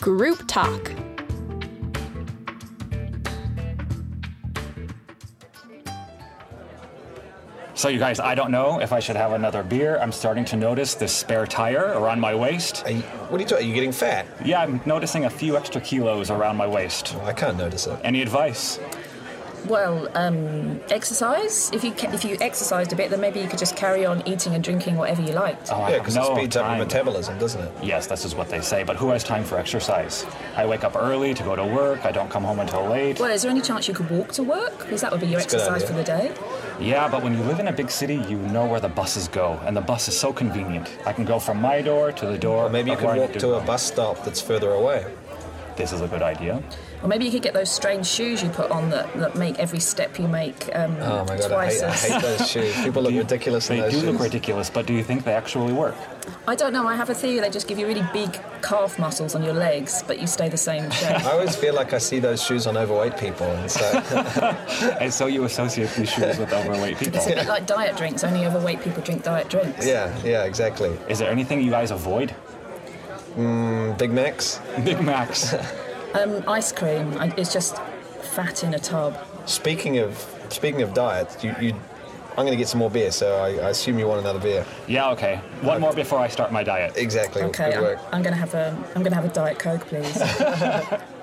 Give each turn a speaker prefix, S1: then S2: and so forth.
S1: Group Talk.
S2: So, you guys, I don't know if I should have another beer. I'm starting to notice this spare tire around my waist.
S3: Are you, what are you talking? Are you getting fat?
S2: Yeah, I'm noticing a few extra kilos around my waist.
S3: Well, I can't notice it.
S2: Any advice? Oh,
S4: Well, um, exercise. If you ca- if you exercised a bit, then maybe you could just carry on eating and drinking whatever you liked.
S2: Oh, I
S3: Yeah,
S2: have
S3: because
S2: no
S3: it speeds up
S2: time.
S3: your metabolism, doesn't it?
S2: Yes, this is what they say, but who has time for exercise? I wake up early to go to work, I don't come home until late.
S4: Well, is there any chance you could walk to work? Because that would be your
S3: a good
S4: exercise
S3: idea.
S4: for the day.
S2: Yeah, but when you live in a big city, you know where the buses go, and the bus is so convenient. I can go from my door to the door.
S3: Or maybe you
S2: of where
S3: can
S2: I
S3: walk
S2: need to
S3: to a
S2: go.
S3: bus stop that's further away.
S2: This is a good idea.
S4: Or maybe you could get those strange shoes you put on that, that make every step you make um,
S3: Oh my god, I
S4: twice
S3: hate, I
S4: as.
S3: hate those shoes. People look
S2: Do you-
S3: ridiculous
S2: They
S3: in those
S2: do
S3: shoes.
S2: look ridiculous, but do you think they actually work?
S4: I don't know. I have a theory. They just give you really big calf muscles on your legs, but you stay the same shape.
S3: I always feel like I see those shoes on overweight people, and so
S2: And so you associate these shoes with overweight people.
S4: It's a bit like diet drinks. Only overweight people drink diet drinks.
S3: yeah, yeah, exactly.
S2: Is there anything you guys avoid?
S3: Big Macs.
S2: Big Macs.
S4: Um, ice cream. I, it's just fat in a tub.
S3: Speaking of speaking of diet, you, you I'm going to get some more beer, so I, I assume you want another beer.
S2: yeah, okay. One more before I start my diet.
S3: Exactly.
S4: Okay,
S3: Good
S4: I'm,
S3: work.
S4: I'm gonna have a I'm gonna have a diet coke, please.